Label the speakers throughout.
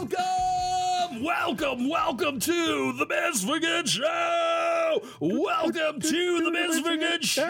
Speaker 1: Welcome, welcome, welcome to the Miss for Good Show. Welcome to the Miss for Good Show.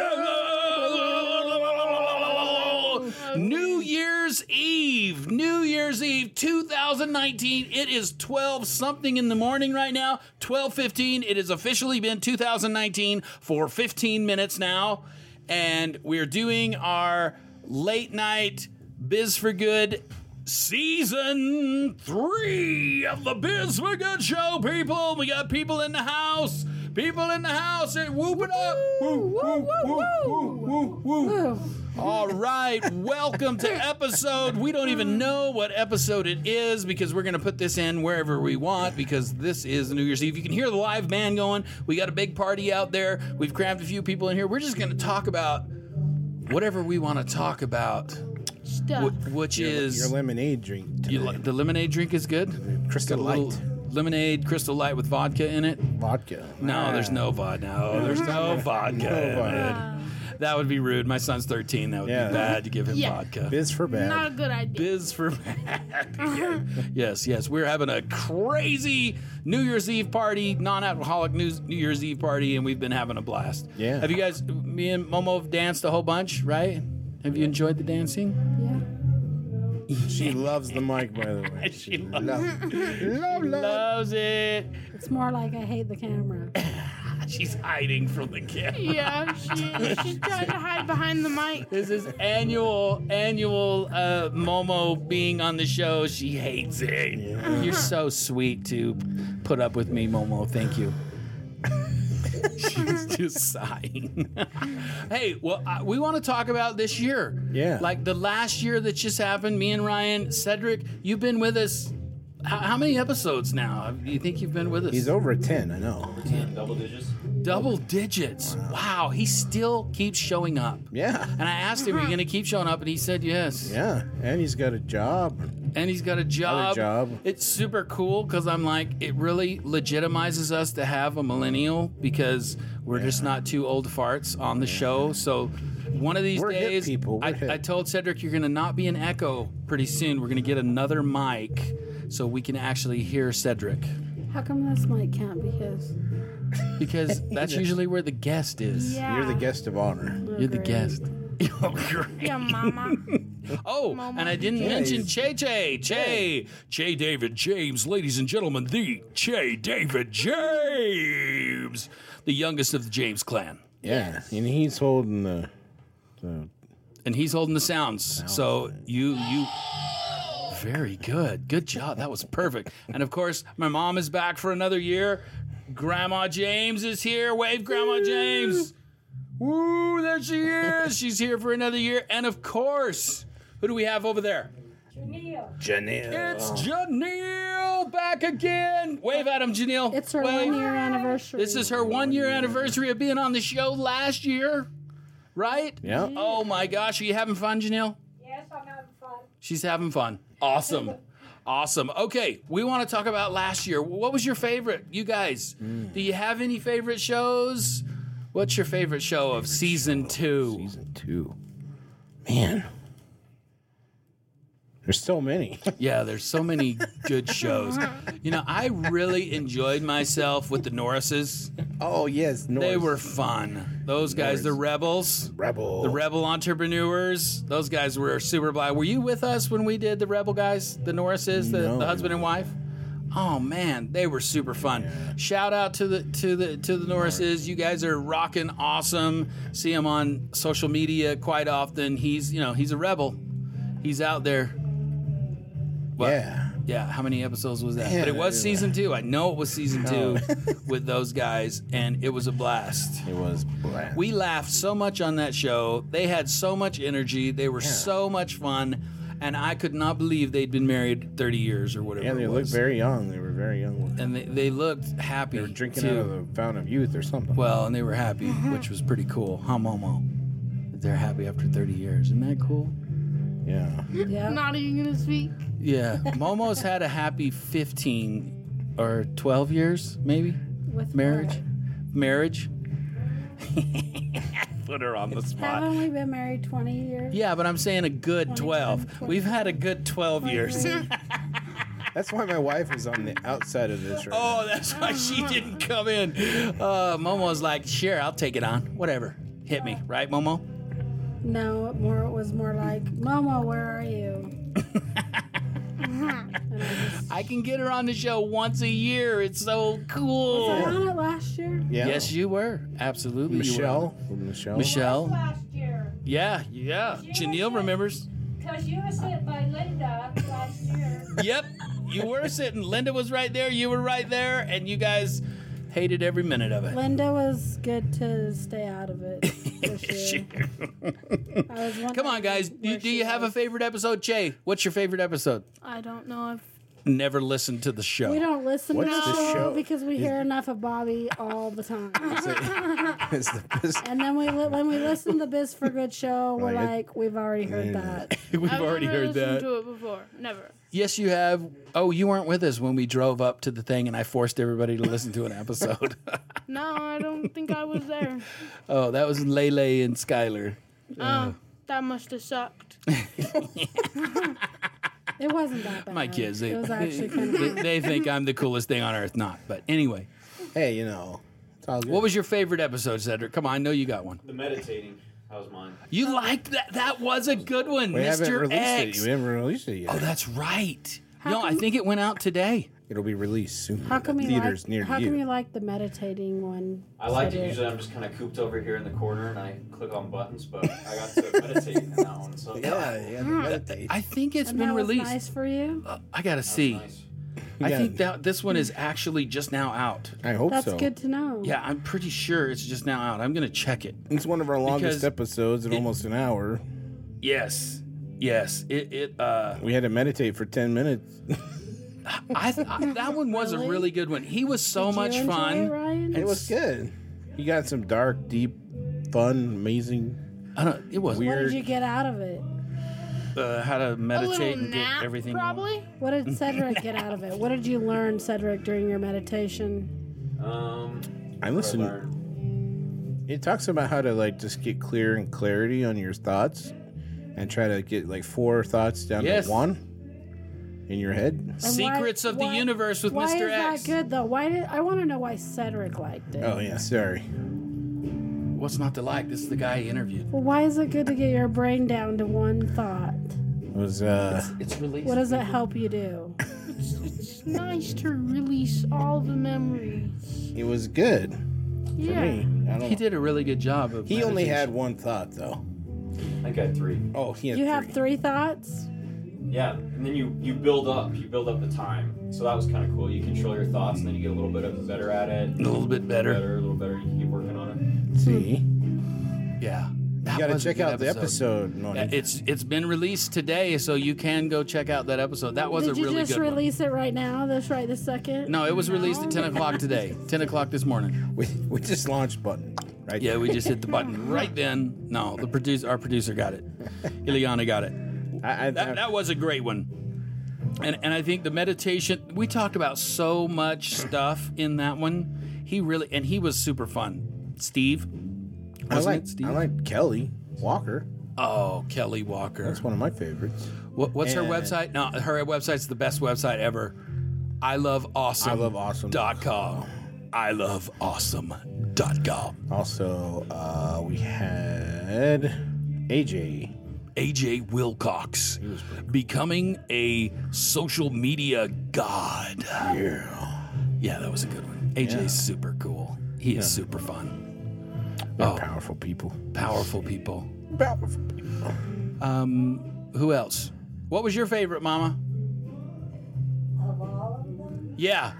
Speaker 1: New Year's Eve, New Year's Eve, 2019. It is 12 something in the morning right now. 12:15. It has officially been 2019 for 15 minutes now, and we're doing our late night Biz for Good season three of the Biz for Good Show, people. We got people in the house. People in the house and whoop it up. Woo, woo, woo, woo, woo, woo. All right, welcome to episode. We don't even know what episode it is because we're going to put this in wherever we want because this is New Year's Eve. You can hear the live band going. We got a big party out there. We've crammed a few people in here. We're just going to talk about whatever we want to talk about,
Speaker 2: stuff.
Speaker 1: wh- which is
Speaker 3: your lemonade drink.
Speaker 1: You li- the lemonade drink is good. Got
Speaker 3: Crystal
Speaker 1: a little Lemonade, crystal light with vodka in it.
Speaker 3: vodka.
Speaker 1: No, there's no vodka. No, there's no vodka. in it. That would be rude. My son's 13. That would
Speaker 3: Yeah.
Speaker 1: be bad to give him
Speaker 2: Yeah.
Speaker 1: vodka.
Speaker 3: Biz for
Speaker 2: Not a
Speaker 3: bad.
Speaker 2: good idea.
Speaker 1: Biz for yes, yes. We're having a crazy New Year's Eve party, non-alcoholic New New Year's Eve party, and we've been having a blast.
Speaker 3: Yeah.
Speaker 1: Have you guys? Me and Momo have danced a whole bunch, right? Have you enjoyed the dancing?
Speaker 3: she loves the mic, by the way.
Speaker 1: She
Speaker 3: loves love, love,
Speaker 1: Loves it.
Speaker 4: It's more like I hate the camera.
Speaker 1: She's hiding from the camera.
Speaker 2: Yeah, she, she's trying to hide behind the mic.
Speaker 1: This is annual, annual uh, Momo being on the show. She hates it. You're so sweet to put up with me, Momo. Thank you. She's just sighing. hey, well, I, we want to talk about this year.
Speaker 3: Yeah.
Speaker 1: Like the last year that just happened, me and Ryan, Cedric, you've been with us. How, how many episodes now? Do you think you've been with us?
Speaker 3: He's over ten. I know.
Speaker 1: Double digits. Wow. He still keeps showing up.
Speaker 3: Yeah,
Speaker 1: And I asked him, "Are you going to keep showing up?" And he said, "Yes."
Speaker 3: yeah, and he's got a job.
Speaker 1: And he's got a job.
Speaker 3: job.
Speaker 1: It's super cool because I'm like, it really legitimizes us to have a millennial because we're just not two old farts on the show. So one of these
Speaker 3: We're hip
Speaker 1: days,
Speaker 3: people. We're
Speaker 1: I,
Speaker 3: hip.
Speaker 1: I told Cedric, you're going to not be an echo pretty soon. We're going to get another mic so we can actually hear Cedric
Speaker 4: How come this mic can't be his?
Speaker 1: because that's usually where the guest is.
Speaker 2: Yeah.
Speaker 3: You're the guest of honor.
Speaker 1: You're the guest.
Speaker 2: Yeah, mama.
Speaker 1: Oh,
Speaker 2: Mama.
Speaker 1: and I didn't mention Che Che. Che. Che David James, ladies and gentlemen, the Che David James, the youngest of the James clan.
Speaker 3: Yeah, and he's holding the. the
Speaker 1: And he's holding the sounds. So you, you. Very good. Good job. That was perfect. And of course, my mom is back for another year. Grandma James is here. Wave, Grandma James. Woo, there she is. She's here for another year. And of course, who do we have over there?
Speaker 3: Janelle.
Speaker 1: It's Janelle back again. Wave at him, Janelle.
Speaker 4: It's her
Speaker 1: Wave.
Speaker 4: one year anniversary.
Speaker 1: This is her one year anniversary of being on the show last year, right?
Speaker 3: Yeah.
Speaker 1: Oh my gosh, are you having fun, Janelle?
Speaker 4: Yes, I'm having fun.
Speaker 1: She's having fun. Awesome. Awesome. Okay, we want to talk about last year. What was your favorite, you guys? Do you have any favorite shows? What's your favorite show of season two?
Speaker 3: Season two. Man, there's so many.
Speaker 1: Yeah, there's so many good shows. You know, I really enjoyed myself with the Norrises.
Speaker 3: oh yes, North.
Speaker 1: They were fun. Those guys, the rebels,
Speaker 3: rebel.
Speaker 1: the rebel entrepreneurs. Those guys were super blind. Were you with us when we did the rebel guys, the Norrises, the,
Speaker 3: No.
Speaker 1: the husband and wife? Oh man, they were super fun. Shout out to the to the to the Norrises. You guys are rocking awesome. See him on social media quite often. He's you know he's a rebel. He's out there. What?
Speaker 3: Yeah.
Speaker 1: Yeah, how many episodes was that?
Speaker 3: Yeah,
Speaker 1: but it was
Speaker 3: yeah.
Speaker 1: season two. I know it was season two with those guys, and it was a blast.
Speaker 3: It was. bland.
Speaker 1: We laughed so much on that show. They had so much energy. They were so much fun. and I could not believe they'd been married 30 years or whatever.
Speaker 3: Yeah, they
Speaker 1: it
Speaker 3: looked
Speaker 1: was.
Speaker 3: very young. They were very young. looking.
Speaker 1: and they, they looked happy.
Speaker 3: They were drinking
Speaker 1: too.
Speaker 3: out of the fountain of youth or something.
Speaker 1: Well, and they were happy, which was pretty cool. Hum homo. They're happy after 30 years. Isn't that cool?
Speaker 3: Yeah.
Speaker 4: Yeah.
Speaker 2: Not even gonna speak.
Speaker 1: Yeah. Momo's had a happy 15 or 12 years, maybe?
Speaker 4: With
Speaker 1: Marriage?
Speaker 4: what?
Speaker 1: Marriage? Put her on the spot.
Speaker 4: Haven't we been married 20 years?
Speaker 1: Yeah, but I'm saying a good
Speaker 4: 20,
Speaker 1: 12.
Speaker 4: 20.
Speaker 1: We've had a good 12 years.
Speaker 3: That's why my wife is on the outside of this right
Speaker 1: Oh, that's why she didn't come in. Uh, Momo's like, sure, I'll take it on. Whatever. Hit me, right, Momo?
Speaker 4: No, it more it was more like, Mama, where are you? and I just
Speaker 1: I can get her on the show once a year. It's so cool.
Speaker 4: was I on it last year.
Speaker 3: now. Yeah.
Speaker 1: Yes, you were. Absolutely. you were.
Speaker 3: Michelle. Michelle.
Speaker 1: Michelle.
Speaker 5: last year
Speaker 1: Yeah, yeah. Janelle remembers.
Speaker 5: because you were sent by Linda last year.
Speaker 1: Yep. You were sitting. Linda was right there. You were right there. And you guys hated every minute of it.
Speaker 4: Linda was good to stay out of it. This year. I was
Speaker 1: Come on, guys. Do, do you have a favorite episode? Jay, what's your favorite episode?
Speaker 2: I don't know if
Speaker 1: Never listen to the show.
Speaker 4: We don't listen to
Speaker 3: What's
Speaker 4: the
Speaker 3: the
Speaker 4: show,
Speaker 3: show?
Speaker 4: because we hear enough of Bobby all the time.
Speaker 3: It's the best-
Speaker 4: and then we li- when we listen to the Biz for Good show, we're
Speaker 3: Like it-
Speaker 4: like, we've already heard that.
Speaker 1: We've
Speaker 2: I've
Speaker 1: already
Speaker 2: never
Speaker 1: heard
Speaker 2: listened
Speaker 1: that.
Speaker 2: to it before. Never.
Speaker 1: Yes, you have. Oh, you weren't with us when we drove up to the thing and I forced everybody to listen to an episode.
Speaker 2: No, I don't think I was there.
Speaker 1: oh, that was Lele and Skylar.
Speaker 2: Oh, that must have sucked.
Speaker 4: It wasn't that bad.
Speaker 1: My kids, they,
Speaker 4: it was actually kind
Speaker 1: they,
Speaker 4: of.
Speaker 1: they think I'm the coolest thing on earth. Not, but anyway.
Speaker 3: hey, you know. It's all good.
Speaker 1: What was your favorite episode, Cedric? Come on, I know you got one.
Speaker 6: The meditating. That was mine.
Speaker 1: You liked that. That was a good one,
Speaker 3: we haven't
Speaker 1: Mr.
Speaker 3: released
Speaker 1: X.
Speaker 3: it. We haven't released it yet.
Speaker 1: Oh, that's right. No, I think it went out today.
Speaker 3: It'll be released soon.
Speaker 4: How come you
Speaker 3: Theaters
Speaker 4: like?
Speaker 3: near
Speaker 4: how
Speaker 3: you.
Speaker 4: come you like the meditating one?
Speaker 6: I like it.
Speaker 4: Cedric?
Speaker 6: Usually I'm just kind of cooped over here in the corner and I click on buttons, but I got to meditate in that one. So
Speaker 3: Yeah, yeah, meditate.
Speaker 1: I think it's
Speaker 4: And
Speaker 1: been
Speaker 4: that was
Speaker 1: released.
Speaker 4: nice for you.
Speaker 3: Uh,
Speaker 1: I gotta see.
Speaker 6: Nice.
Speaker 1: I
Speaker 3: Yeah.
Speaker 1: think that this one is actually just now out.
Speaker 3: I hope
Speaker 4: That's
Speaker 3: so.
Speaker 4: good to know.
Speaker 1: Yeah, I'm pretty sure it's just now out. I'm gonna check it.
Speaker 3: It's one of our longest
Speaker 1: Because
Speaker 3: episodes at almost an hour.
Speaker 1: Yes, yes. It. It. Uh.
Speaker 3: We had to meditate for 10 minutes.
Speaker 1: I. th- I that one was a
Speaker 4: Really?
Speaker 1: really good one. He was so
Speaker 4: Did you
Speaker 1: much
Speaker 4: enjoy
Speaker 1: fun.
Speaker 4: It, Ryan?
Speaker 3: It was good. You got some dark, deep, fun, amazing.
Speaker 1: I don't. It was
Speaker 4: What
Speaker 1: weird.
Speaker 4: did you get out of it?
Speaker 1: Uh, how to
Speaker 2: A little
Speaker 1: meditate and
Speaker 2: nap,
Speaker 1: get everything. you want.
Speaker 2: probably.
Speaker 4: What did Cedric get out of it? What did you learn, Cedric, during your meditation?
Speaker 6: Um,
Speaker 3: I
Speaker 6: what I
Speaker 3: listened.
Speaker 6: learned.
Speaker 3: It talks about how to like just get clear and clarity on your thoughts, and try to get like four thoughts down
Speaker 1: Yes.
Speaker 3: to one in your head.
Speaker 4: And why-
Speaker 1: Secrets of the
Speaker 4: why-
Speaker 1: Universe with
Speaker 4: why
Speaker 1: Mr.
Speaker 4: is
Speaker 1: X.
Speaker 4: that good though? Why did I want to know why Cedric liked it?
Speaker 3: Oh yeah, sorry.
Speaker 1: What's not to like? This is the guy I interviewed.
Speaker 4: Well, why is it good to get your brain down to one thought?
Speaker 3: It was uh,
Speaker 1: It's released.
Speaker 4: What does it help you do?
Speaker 2: It's nice to release all the memories.
Speaker 3: it was good.
Speaker 2: Yeah.
Speaker 3: Hey, I don't.
Speaker 1: He
Speaker 3: He,
Speaker 1: did a really good job of.
Speaker 3: only
Speaker 1: meditation.
Speaker 3: had one thought though.
Speaker 6: I think I had three.
Speaker 3: Oh, he had
Speaker 4: You
Speaker 3: three.
Speaker 4: have three thoughts.
Speaker 6: Yeah, and then you you build up. You build up the time. So that was kind of cool. You control your thoughts, and then you get a little bit of better at it.
Speaker 1: a little bit
Speaker 6: better,
Speaker 1: better.
Speaker 6: a little better. You can keep working on it.
Speaker 3: See, you
Speaker 1: Yeah. That
Speaker 3: gotta
Speaker 1: was a
Speaker 3: check
Speaker 1: good
Speaker 3: out the episode. Moni.
Speaker 1: Uh, It's it's been released today, so you can go check out that episode. That was
Speaker 4: Did
Speaker 1: a
Speaker 4: you
Speaker 1: really
Speaker 4: just
Speaker 1: good one.
Speaker 4: release it right now? This right this second?
Speaker 1: No, it was released at ten o'clock today. Ten o'clock this morning.
Speaker 3: we, we just launched button right.
Speaker 1: Yeah, we just hit the button right then. No, the producer, our producer, got it. Ileana got it.
Speaker 3: I, I,
Speaker 1: That, that was a great one. And, and I think the meditation, we talked about so much stuff in that one. He really, and he was super fun. Steve?
Speaker 3: I
Speaker 1: Wasn't
Speaker 3: like
Speaker 1: it Steve?
Speaker 3: I like Kelly Walker.
Speaker 1: Oh, Kelly Walker.
Speaker 3: That's one of my favorites.
Speaker 1: What, what's her
Speaker 3: and-
Speaker 1: website? No, her website's the best website ever. I love awesome.
Speaker 3: I love awesome.
Speaker 1: Dot com. I love awesome. Dot com.
Speaker 3: Also, uh, we had AJ.
Speaker 1: AJ Wilcox becoming a social media god.
Speaker 3: Yeah.
Speaker 1: Yeah, that was a good one. AJ's super cool. He is super fun.
Speaker 3: They're
Speaker 1: Oh.
Speaker 3: powerful people.
Speaker 1: Powerful people.
Speaker 3: Powerful.
Speaker 1: Um, who else? What was your favorite, Mama?
Speaker 7: Of all of them,
Speaker 1: Yeah.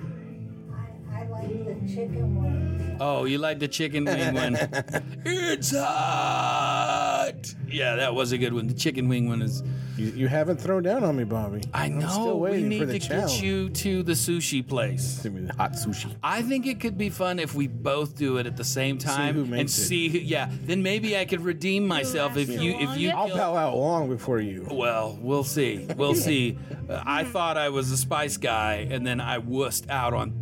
Speaker 7: I, I like the chicken wings.
Speaker 1: Oh, you like the chicken wing one. it's hot. Correct. Yeah, that was a good one. The chicken wing one is.
Speaker 3: You, you haven't thrown down on me, Bobby.
Speaker 1: I
Speaker 3: I'm
Speaker 1: know.
Speaker 3: still
Speaker 1: we
Speaker 3: waiting
Speaker 1: need
Speaker 3: for
Speaker 1: to
Speaker 3: the challenge.
Speaker 1: get you to the sushi place.
Speaker 3: Give me the hot sushi.
Speaker 1: I think it could be fun if we both do it at the same time
Speaker 3: who
Speaker 1: and
Speaker 3: makes it.
Speaker 1: see who. Yeah, then maybe I could redeem myself if you if you.
Speaker 3: I'll bow out long before you.
Speaker 1: Well, we'll see. We'll see. Uh, I thought I was a spice guy, and then I wussed out on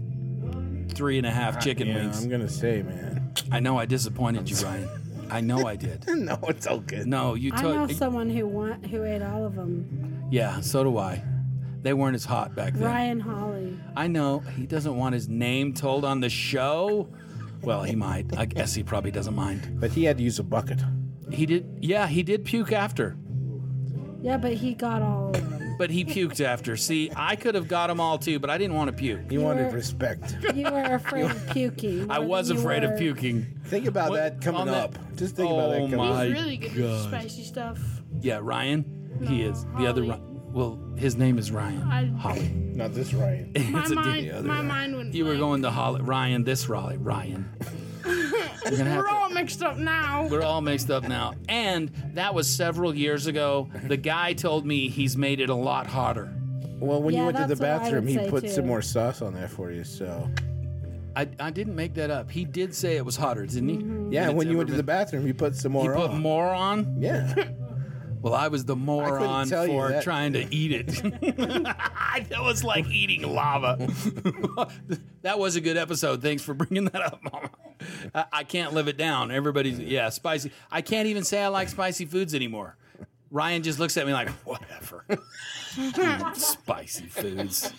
Speaker 1: three and a half chicken
Speaker 3: Yeah,
Speaker 1: wings.
Speaker 3: I'm gonna say, man.
Speaker 1: I know I disappointed you, Ryan. I know I did.
Speaker 3: no, it's all good.
Speaker 1: No, you
Speaker 4: I know
Speaker 1: took.
Speaker 4: someone who want, who ate all of them.
Speaker 1: Yeah, so do I. They weren't as hot back then.
Speaker 4: Ryan Holly.
Speaker 1: I know he doesn't want his name told on the show. Well, he might. I guess he probably doesn't mind.
Speaker 3: But he had to use a bucket.
Speaker 1: He did. Yeah, he did puke after,
Speaker 4: Yeah, but he got all of them.
Speaker 1: but he puked after. See, I could have got them all too, but I didn't want to puke.
Speaker 3: He wanted
Speaker 4: were-
Speaker 3: respect.
Speaker 4: You were afraid of puking.
Speaker 1: I
Speaker 4: more
Speaker 1: was
Speaker 4: than you
Speaker 1: afraid of
Speaker 4: were-
Speaker 1: puking.
Speaker 3: Think about
Speaker 1: What-
Speaker 3: that coming
Speaker 1: on that-
Speaker 3: up. Just think about that
Speaker 1: Oh
Speaker 3: coming
Speaker 2: He's
Speaker 1: my-
Speaker 3: up.
Speaker 2: really good with
Speaker 1: God.
Speaker 2: spicy stuff.
Speaker 1: Yeah, Ryan. he
Speaker 2: No,
Speaker 1: is the other.
Speaker 2: Holly.
Speaker 1: Ri- Well, his name is Ryan.
Speaker 2: I-
Speaker 1: Holly.
Speaker 3: Not this Ryan.
Speaker 2: My
Speaker 1: It's a
Speaker 2: mind,
Speaker 1: d-
Speaker 3: other
Speaker 2: my
Speaker 3: way.
Speaker 2: mind went.
Speaker 1: you were
Speaker 2: blank.
Speaker 1: going to Holly. Ryan. This Raleigh. Ryan. We're gonna have
Speaker 2: We're
Speaker 1: to-
Speaker 2: all mixed up now.
Speaker 1: We're all mixed up now. And that was several years ago. The guy told me he's made it a lot hotter.
Speaker 3: Well, when
Speaker 4: Yeah,
Speaker 3: you went to the
Speaker 4: that's what I would
Speaker 3: bathroom, he
Speaker 4: say,
Speaker 3: put some
Speaker 4: too.
Speaker 3: more sauce on that for you. So
Speaker 1: I, I didn't make that up. He did say it was hotter, didn't he?
Speaker 2: Mm-hmm.
Speaker 3: yeah,
Speaker 1: It's
Speaker 3: when you
Speaker 1: ever
Speaker 3: went to the
Speaker 1: been-
Speaker 3: bathroom, he put some
Speaker 1: He
Speaker 3: more
Speaker 1: put
Speaker 3: on.
Speaker 1: more on?
Speaker 3: Yeah,
Speaker 1: Well, I was the moron
Speaker 3: tell you
Speaker 1: for
Speaker 3: that.
Speaker 1: trying to eat it. that was like eating lava. that was a good episode. Thanks for bringing that up, Mama. I, I can't live it down. Everybody's, yeah, spicy. I can't even say I like spicy foods anymore. Ryan just looks at me like, whatever. spicy foods.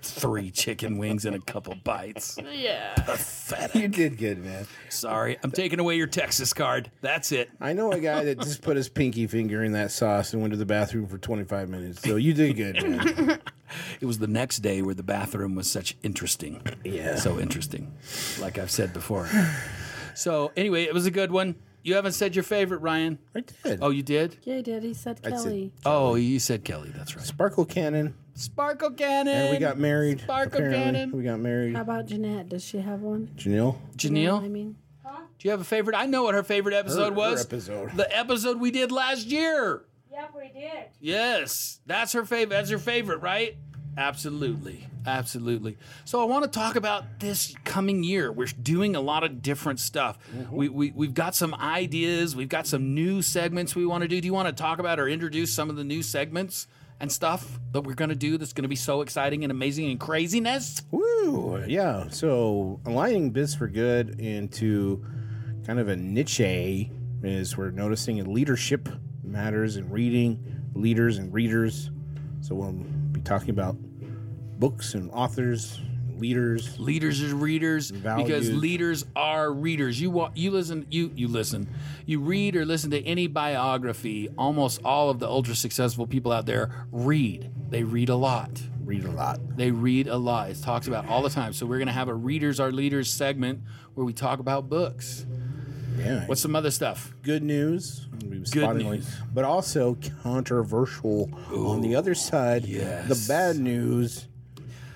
Speaker 1: Three chicken wings and a couple bites.
Speaker 2: Yeah.
Speaker 1: Pathetic.
Speaker 3: you did good, man.
Speaker 1: Sorry, I'm taking away your Texas card. That's it.
Speaker 3: I know a guy that just put his pinky finger in that sauce and went to the bathroom for 25 minutes. So you did good, man.
Speaker 1: It was the next day where the bathroom was such interesting.
Speaker 3: Yeah.
Speaker 1: So interesting. Like I've said before. So anyway, it was a good one. You haven't said your favorite, Ryan.
Speaker 3: I did.
Speaker 1: Oh, you did?
Speaker 4: Yeah, he did. He said
Speaker 3: That's it.
Speaker 4: Kelly.
Speaker 1: Oh, you said Kelly. That's right.
Speaker 3: Sparkle Cannon,
Speaker 1: Sparkle Cannon.
Speaker 3: and we got married.
Speaker 1: Sparkle
Speaker 3: apparently.
Speaker 1: Cannon.
Speaker 3: we got married.
Speaker 4: How about Jeanette? Does she have one?
Speaker 3: Janelle,
Speaker 1: Janelle,
Speaker 4: I mean,
Speaker 1: do you have a favorite? I know what her favorite
Speaker 3: Her-
Speaker 1: episode
Speaker 3: her
Speaker 1: was.
Speaker 3: episode.
Speaker 1: The episode we did last year.
Speaker 5: Yep, we did.
Speaker 1: Yes, that's her favorite. That's your favorite, right? Absolutely. Absolutely. So I want to talk about this coming year. We're doing a lot of different stuff. We, we, we've got some ideas. We've got some new segments we want to do. Do you want to talk about or introduce some of the new segments and stuff that we're going to do that's going to be so exciting and amazing and craziness?
Speaker 3: Woo! Yeah. So aligning Biz for Good into kind of a niche is we're noticing in leadership matters and reading, leaders and readers. So we'll be talking about books and authors, leaders.
Speaker 1: leaders as readers because
Speaker 3: Values.
Speaker 1: leaders are readers you wa- you listen you you listen you read or listen to any biography almost all of the ultra successful people out there read they read a lot
Speaker 3: Read a lot.
Speaker 1: they read a lot it's talked about all the time so we're going to have a readers are leaders segment where we talk about books
Speaker 3: Yeah.
Speaker 1: what's some other stuff
Speaker 3: good news. We've spotted
Speaker 1: news.
Speaker 3: like- but also controversial on the other side.
Speaker 1: yes.
Speaker 3: The bad news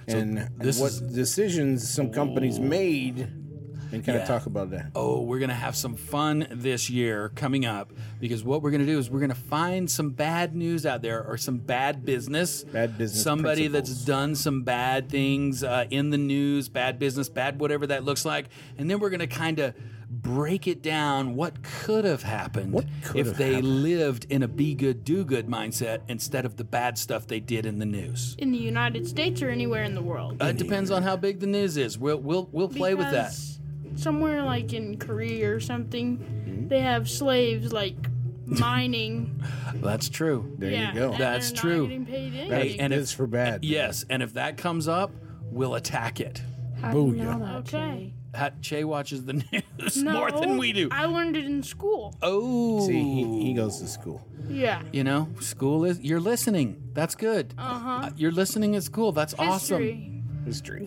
Speaker 3: and, and
Speaker 1: this
Speaker 3: what
Speaker 1: is-
Speaker 3: decisions some companies made and kind
Speaker 1: Yeah.
Speaker 3: of talk about that.
Speaker 1: Oh, we're going to have some fun this year coming up because what we're going to do is we're going to find some bad news out there or some bad business.
Speaker 3: Bad business
Speaker 1: Somebody that's
Speaker 3: principles.
Speaker 1: done some bad things uh, in the news, bad business, bad whatever that looks like. And then we're going to kind of break it down what could have happened
Speaker 3: What could
Speaker 1: if
Speaker 3: have
Speaker 1: they
Speaker 3: happened?
Speaker 1: lived in a be good, do good mindset instead of the bad stuff they did in the news.
Speaker 2: In the United States or anywhere in the world.
Speaker 1: Uh, it depends on how big the news is. We'll, we'll, we'll play with that.
Speaker 2: Because Somewhere like in Korea or
Speaker 1: Mm-hmm.
Speaker 2: something, they have slaves like mining.
Speaker 1: That's true.
Speaker 3: There
Speaker 2: yeah,
Speaker 3: you go.
Speaker 2: and
Speaker 1: That's
Speaker 2: they're not
Speaker 1: true.
Speaker 2: getting paid
Speaker 3: Bad
Speaker 1: Hey,
Speaker 2: anything.
Speaker 1: and
Speaker 3: biz
Speaker 1: if-
Speaker 3: for bad.
Speaker 1: Yes, and if that comes up, we'll attack it.
Speaker 4: how do you
Speaker 3: Booyah.
Speaker 4: know that?
Speaker 2: Okay.
Speaker 1: Ha- Che watches the news
Speaker 2: No,
Speaker 1: more than we do.
Speaker 2: I learned it in school.
Speaker 1: oh,
Speaker 3: See, he, he goes to school.
Speaker 2: Yeah.
Speaker 1: You know, school is. You're listening. That's good.
Speaker 2: Uh-huh.
Speaker 1: Uh, you're listening at school. That's awesome.
Speaker 2: History.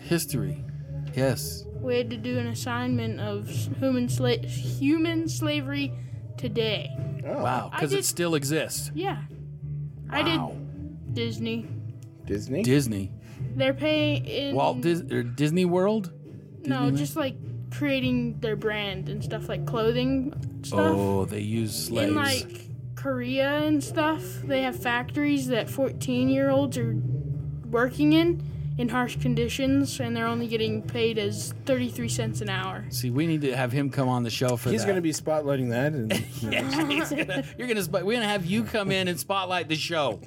Speaker 3: History.
Speaker 1: History. Yes.
Speaker 2: We had to do an assignment of s- human sla- human slavery today.
Speaker 3: Oh,
Speaker 1: Wow.
Speaker 2: I
Speaker 1: Because it
Speaker 2: did-
Speaker 1: still exists.
Speaker 2: Yeah. I did Disney.
Speaker 3: Disney.
Speaker 1: Disney,
Speaker 2: They're paying in
Speaker 1: Walt Dis- or Disney World.
Speaker 2: No, just like creating their brand and stuff like clothing stuff.
Speaker 1: Oh, they use slaves.
Speaker 2: Uh-huh. In like Korea and stuff, they have factories that 14 year olds are working in in harsh conditions and they're only getting paid as 33 cents an hour.
Speaker 1: See, we need to have him come on the show for
Speaker 3: He's
Speaker 1: that.
Speaker 3: going to be spotlighting that. And
Speaker 1: He's gonna- you're gonna spot- we're gonna have you come in and spotlight the show,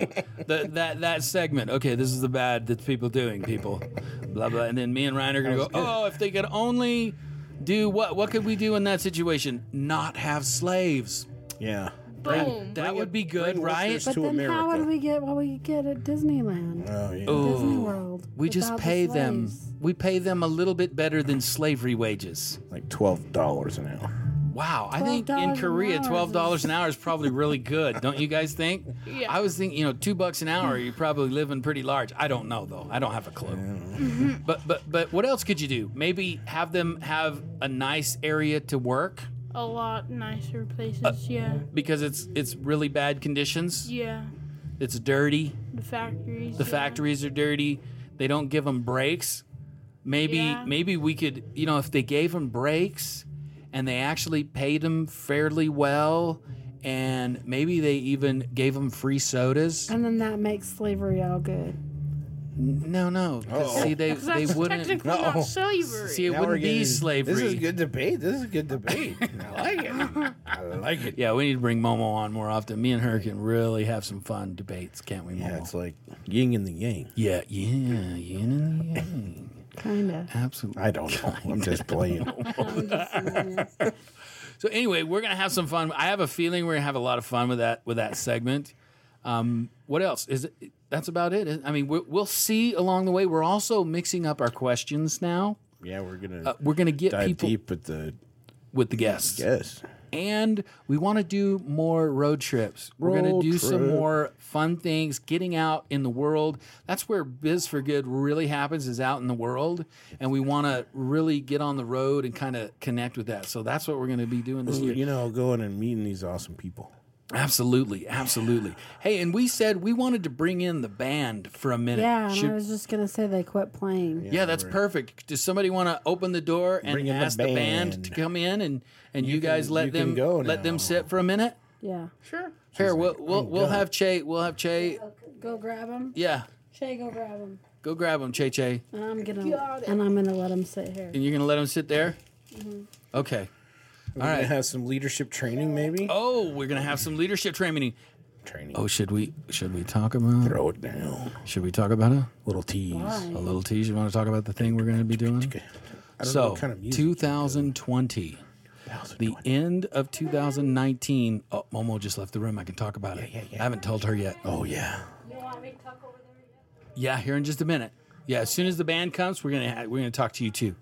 Speaker 1: the, that that segment. Okay, this is the bad that people doing people, blah blah. And then me and Ryan are gonna go. Oh, if they could only do what? What could we do in that situation? Not have slaves.
Speaker 3: yeah.
Speaker 2: Boom.
Speaker 1: That would be good,
Speaker 3: bring
Speaker 1: right?
Speaker 3: listeners
Speaker 4: But
Speaker 3: to
Speaker 4: then how
Speaker 3: America.
Speaker 4: would we get what we get at Disneyland,
Speaker 3: Oh, yeah.
Speaker 4: Disney
Speaker 1: Ooh.
Speaker 4: World?
Speaker 1: We just
Speaker 4: without the
Speaker 1: pay them.
Speaker 4: slaves?
Speaker 1: We pay them a little bit better than slavery wages.
Speaker 3: Like $12 an hour.
Speaker 1: Wow, I think in
Speaker 4: $12 an
Speaker 1: Korea,
Speaker 4: hour
Speaker 1: twelve dollars an hour is probably really good, don't you guys think?
Speaker 2: Yeah.
Speaker 1: I was thinking, you know, two bucks an hour, you're probably living pretty large. I don't know though. I don't have a clue.
Speaker 4: Mm-hmm.
Speaker 1: But but but what else could you do? Maybe have them have a nice area to work
Speaker 2: A lot nicer places,
Speaker 1: Uh,
Speaker 2: yeah.
Speaker 1: because it's it's really bad conditions.
Speaker 2: Yeah.
Speaker 1: It's dirty.
Speaker 2: The factories.
Speaker 1: The
Speaker 2: yeah.
Speaker 1: factories are dirty. They don't give them breaks. Maybe
Speaker 2: Yeah.
Speaker 1: maybe we could, you know, if they gave them breaks and they actually paid them fairly well and maybe they even gave them free sodas.
Speaker 4: And then that makes slavery all good.
Speaker 1: No, no. 'cause
Speaker 3: Uh-oh.
Speaker 1: See they
Speaker 2: 'Cause
Speaker 1: they
Speaker 2: that's
Speaker 1: wouldn't
Speaker 2: technically
Speaker 3: No.
Speaker 2: not slavery.
Speaker 1: See it wouldn't be slavery.
Speaker 3: This is good debate. This is good debate. I like it. I like it.
Speaker 1: Yeah, we need to bring Momo on more often. Me and her can really have some fun debates, can't we, Momo?
Speaker 3: Yeah, it's like yin and the yang.
Speaker 1: yeah, yeah, yeah, yeah.
Speaker 4: Kinda.
Speaker 1: absolutely.
Speaker 3: I don't know. I'm just playing.
Speaker 1: So anyway, we're gonna have some fun. I have a feeling we're gonna have a lot of fun with that with that segment. Um, what else is it? That's about it. I mean, we we'll see along the way. We're also mixing up our questions now.
Speaker 3: Yeah, we're going
Speaker 1: Uh,
Speaker 3: to
Speaker 1: we're gonna get
Speaker 3: dive
Speaker 1: people
Speaker 3: deep at the
Speaker 1: with the guests,
Speaker 3: yes.
Speaker 1: and we want to do more road trips. We're gonna
Speaker 3: Road
Speaker 1: do some
Speaker 3: trip.
Speaker 1: more fun things, getting out in the world. That's where biz for good really happens, is out in the world, and we want to really get on the road and kind of connect with that. So that's what we're gonna be doing this year.
Speaker 3: You know, going and meeting these awesome people.
Speaker 1: Absolutely, absolutely. Hey, and we said we wanted to bring in the band for a minute.
Speaker 4: Yeah, and
Speaker 1: Should-
Speaker 4: I was just gonna say they quit playing.
Speaker 1: yeah, that's perfect. Does somebody want to open the door and
Speaker 3: Bring in the
Speaker 1: ask the band.
Speaker 3: band.
Speaker 1: to come in and and you, guys let
Speaker 3: you can
Speaker 1: them
Speaker 3: go
Speaker 1: let them
Speaker 3: now. "Oh,
Speaker 1: sit for a minute?
Speaker 4: Yeah.
Speaker 2: Sure.
Speaker 1: Here, we'll we'll, we'll have Che. We'll have Che.
Speaker 4: Go grab them.
Speaker 1: Yeah,
Speaker 4: Shay, go grab them.
Speaker 1: go grab him, Che Che,
Speaker 4: And I'm gonna and I'm gonna let them sit here.
Speaker 1: and you're gonna let him sit there.
Speaker 4: Mm-hmm.
Speaker 1: Okay.
Speaker 3: All right.
Speaker 1: right.
Speaker 3: Have some leadership training, maybe.
Speaker 1: Oh, we're gonna have some leadership training.
Speaker 3: Training.
Speaker 1: Oh, should we should we talk about
Speaker 3: Throw it down.
Speaker 1: should we talk about it?
Speaker 3: Little tease.
Speaker 4: Why?
Speaker 1: a little tease? You want to talk about the thing we're gonna be doing?
Speaker 3: I don't know
Speaker 1: So,
Speaker 3: what kind of music.
Speaker 1: 2020, the end of 2019. Oh, Momo just left the room. I can talk about it. I haven't told her yet.
Speaker 3: Oh yeah.
Speaker 5: You want me to talk over there yet?
Speaker 1: Yeah, here in just a minute. Yeah, as soon as the band comes, we're gonna ha- we're gonna talk to you too.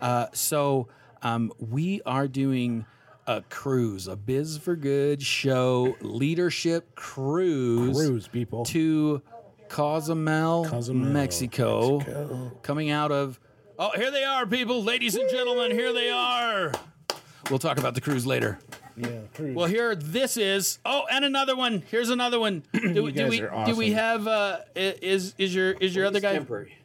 Speaker 1: Uh, so um, we are doing a cruise, a Biz for Good show leadership cruise,
Speaker 3: Cruise people.
Speaker 1: to Cozumel,
Speaker 3: Cozumel,
Speaker 1: Mexico, coming out of. Oh, here they are, people, ladies and gentlemen. Here they are. We'll talk about the cruise later.
Speaker 3: Yeah. Cruise.
Speaker 1: Well, here this is. Oh, and another one. Here's another one. Do, do
Speaker 3: guys
Speaker 1: we
Speaker 3: are
Speaker 1: do we
Speaker 3: awesome.
Speaker 1: have uh i- is is your is your other
Speaker 6: It's
Speaker 1: guy?
Speaker 6: temporary.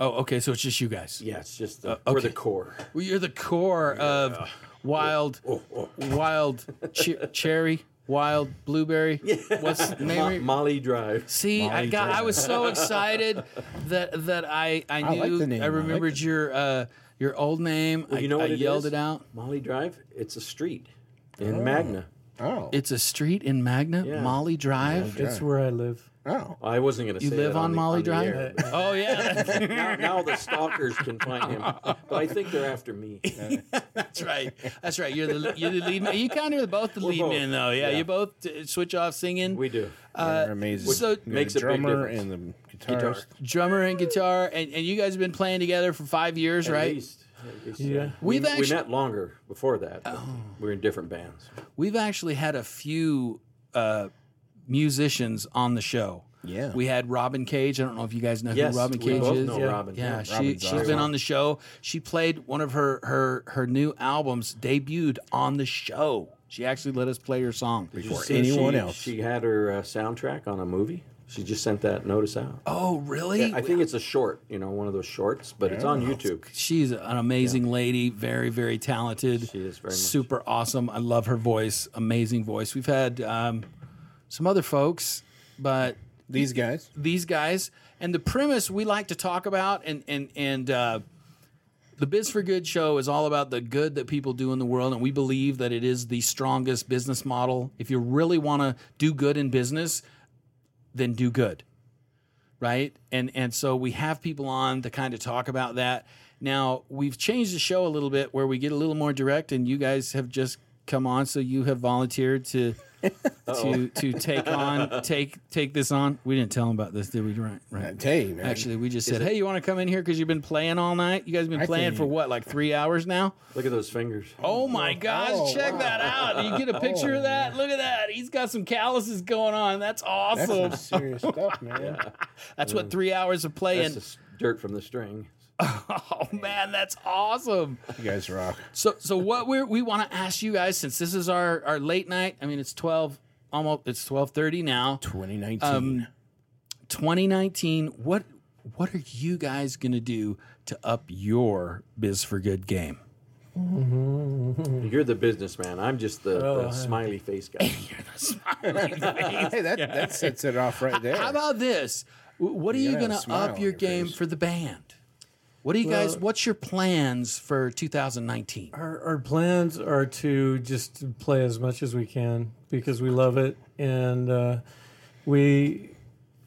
Speaker 1: Oh, okay. So it's just you guys.
Speaker 6: Yeah, it's just the, we're the
Speaker 1: Uh, okay.
Speaker 6: core.
Speaker 1: Well, you're the core
Speaker 3: Oh,
Speaker 1: of wild,
Speaker 6: oh,
Speaker 1: wild che- cherry, wild blueberry. What's the
Speaker 6: Mo-
Speaker 1: name?
Speaker 6: Molly Drive.
Speaker 1: See, I got. I was so excited that that I I
Speaker 3: I like
Speaker 1: knew
Speaker 3: the name.
Speaker 1: I
Speaker 3: I like
Speaker 1: remembered
Speaker 3: the-
Speaker 1: your uh your old name. I,
Speaker 6: You know
Speaker 1: I
Speaker 6: what it
Speaker 1: yelled
Speaker 6: is?
Speaker 1: it out.
Speaker 6: Molly Drive. It's a street in Magna.
Speaker 3: oh.
Speaker 1: It's a street in Magna,
Speaker 6: Yeah.
Speaker 1: Molly Drive.
Speaker 3: That's
Speaker 8: where I live.
Speaker 3: oh.
Speaker 6: I wasn't going to
Speaker 1: You
Speaker 6: say
Speaker 1: live
Speaker 6: that
Speaker 1: on,
Speaker 6: the-
Speaker 1: Molly
Speaker 6: the
Speaker 1: Drive?
Speaker 6: air,
Speaker 1: oh yeah.
Speaker 6: but now, now the stalkers can find him, but I think they're after me.
Speaker 1: That's right. That's right. You're the you're the lead man. You kind of both the lead
Speaker 6: both.
Speaker 1: men though. Yeah,
Speaker 6: Yeah.
Speaker 1: you both uh, switch off singing.
Speaker 6: We do.
Speaker 3: Uh, amazing.
Speaker 1: so-
Speaker 3: You got
Speaker 6: Makes a
Speaker 3: the
Speaker 6: big
Speaker 3: drummer
Speaker 6: difference.
Speaker 3: and the guitarist.
Speaker 1: drummer and guitar, and, and you guys have been playing together for five years,
Speaker 6: At
Speaker 1: right?
Speaker 6: least. At least,
Speaker 8: Yeah.
Speaker 6: yeah. We,
Speaker 1: We've
Speaker 6: we
Speaker 1: actu- Oh.
Speaker 6: met longer before that. but We were in different bands.
Speaker 1: We've actually had a few uh, musicians on the show.
Speaker 3: Yeah.
Speaker 1: We had Robin Cage. I don't know if you guys know
Speaker 6: Yes,
Speaker 1: who Robin
Speaker 6: we
Speaker 1: Cage
Speaker 6: both
Speaker 1: is.
Speaker 6: know
Speaker 1: yeah,
Speaker 6: Robin.
Speaker 1: yeah,
Speaker 6: Yeah,
Speaker 1: she
Speaker 3: Robin's
Speaker 1: she's
Speaker 3: awesome.
Speaker 1: been on the show. She played one of her her her new albums debuted on the show. She actually let us play her song.
Speaker 3: Before
Speaker 6: So
Speaker 3: anyone
Speaker 6: she-
Speaker 3: else.
Speaker 6: She had her uh, soundtrack on a movie. She just sent that notice out.
Speaker 1: Oh, really?
Speaker 6: I think it's a short, you know, one of those shorts, but it's on YouTube.
Speaker 1: She's an amazing lady, very, very talented.
Speaker 6: She is very much.
Speaker 1: super awesome. I love her voice, amazing voice. We've had um, some other folks, but
Speaker 3: These guys.
Speaker 1: these guys and the premise we like to talk about and and and uh, the biz for good show is all about the good that people do in the world and we believe that it is the strongest business model if you really want to do good in business then do good right and and so we have people on to kind of talk about that now we've changed the show a little bit where we get a little more direct and you guys have just come on so you have volunteered to to to take on take take this on we didn't tell them about this did we right
Speaker 3: I
Speaker 1: right
Speaker 3: tell you, man.
Speaker 1: actually we just said hey you want to come in here because you've been playing all night you guys been
Speaker 3: I
Speaker 1: playing
Speaker 3: think-
Speaker 1: for what like three hours now
Speaker 6: Look at those fingers.
Speaker 1: Oh my gosh,
Speaker 3: Oh,
Speaker 1: check that out. You get a picture of that? Look at that. He's got some calluses going on. That's mm. awesome.
Speaker 3: that's some
Speaker 1: That's,
Speaker 3: serious stuff, man.
Speaker 1: what three hours of
Speaker 6: That's
Speaker 1: playing.
Speaker 6: just dirt from the string.
Speaker 1: Oh man, that's awesome.
Speaker 3: You guys rock.
Speaker 1: So so what we are we want to ask you guys since this is our our late night. I mean it's twelve almost it's twelve thirty now.
Speaker 3: 2019.
Speaker 1: Um, 2019. What what are you guys gonna do to up your biz for good game?
Speaker 6: You're the businessman. I'm just the, the
Speaker 1: uh,
Speaker 6: smiley face guy.
Speaker 3: hey, that, that sets it off right there.
Speaker 1: How about this? W- What are you,
Speaker 3: gotta have
Speaker 1: going
Speaker 3: a
Speaker 1: to
Speaker 3: smile
Speaker 1: up
Speaker 3: on
Speaker 1: your
Speaker 3: your
Speaker 1: game
Speaker 3: face.
Speaker 1: for the band? What do you guys? What's your plans for 2019?
Speaker 8: Our, our plans are to just play as much as we can because we love it, and uh, we,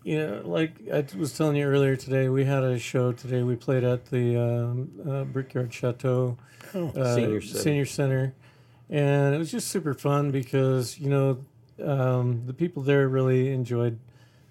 Speaker 8: you know, like I was telling you earlier today, we had a show today. We played at the um, uh, Brickyard Chateau uh,
Speaker 6: Oh, Senior Center.
Speaker 8: Senior Center, and it was just super fun because you know um, the people there really enjoyed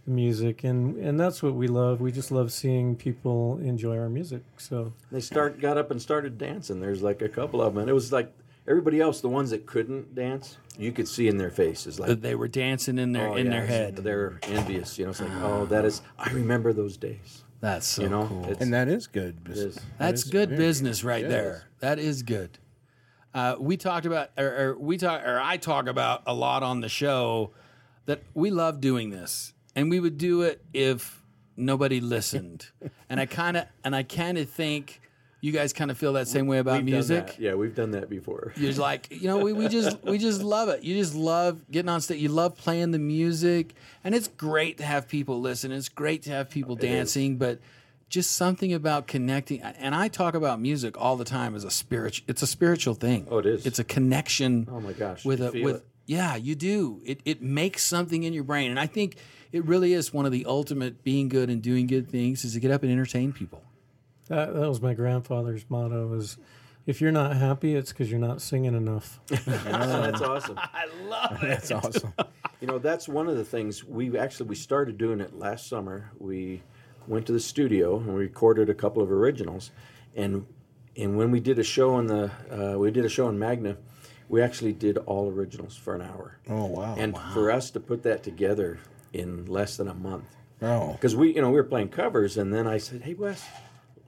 Speaker 8: the music, and and that's what we love. We just love seeing people enjoy our music. So.
Speaker 6: they start got up and started dancing. There's like a couple of them, and it was like everybody else, the ones that couldn't dance, you could see in their faces like
Speaker 1: That They were dancing in their
Speaker 6: oh,
Speaker 1: in their
Speaker 6: yes,
Speaker 1: head.
Speaker 6: They're envious. You know, it's like oh, that is. I remember those days.
Speaker 1: That's so
Speaker 6: You know,
Speaker 1: Oh, cool.
Speaker 6: it's,
Speaker 3: and that is good business.
Speaker 6: is.
Speaker 1: That's good business right there. That is good. Uh, we talked about, or, or we talk, or I talk about a lot on the show that we love doing this, and we would do it if nobody listened. and I kind of, and I kind of think you guys kind of feel that same way about
Speaker 6: we've done
Speaker 1: music.
Speaker 6: that. Yeah, we've done that before.
Speaker 1: You're just like, you know, we, we just we just love it. You just love getting on stage. You love playing the music, and it's great to have people listen. It's great to have people dancing, but just something about connecting. And I talk about music all the time as a spiritual. It's a spiritual thing.
Speaker 6: Oh, it is.
Speaker 1: It's a connection. Oh
Speaker 6: my gosh,
Speaker 1: With
Speaker 6: you
Speaker 1: a
Speaker 6: feel
Speaker 1: with
Speaker 6: it.
Speaker 1: yeah, you do. It it makes something in your brain, and I think it really is one of the ultimate being good and doing good things is to get up and entertain people.
Speaker 8: That, that was my grandfather's motto: is if you're not happy, it's because you're not singing enough.
Speaker 6: that's awesome.
Speaker 1: I love it.
Speaker 3: Oh, That's awesome.
Speaker 6: You know, that's one of the things we actually we started doing it last summer. We went to the studio and we recorded a couple of originals, and and when we did a show in the uh, we did a show in Magna, we actually did all originals for an hour.
Speaker 3: Oh, wow.
Speaker 6: and for us to put that together in less than a month,
Speaker 3: oh,
Speaker 6: because we you know we were playing covers, and then I said, hey Wes,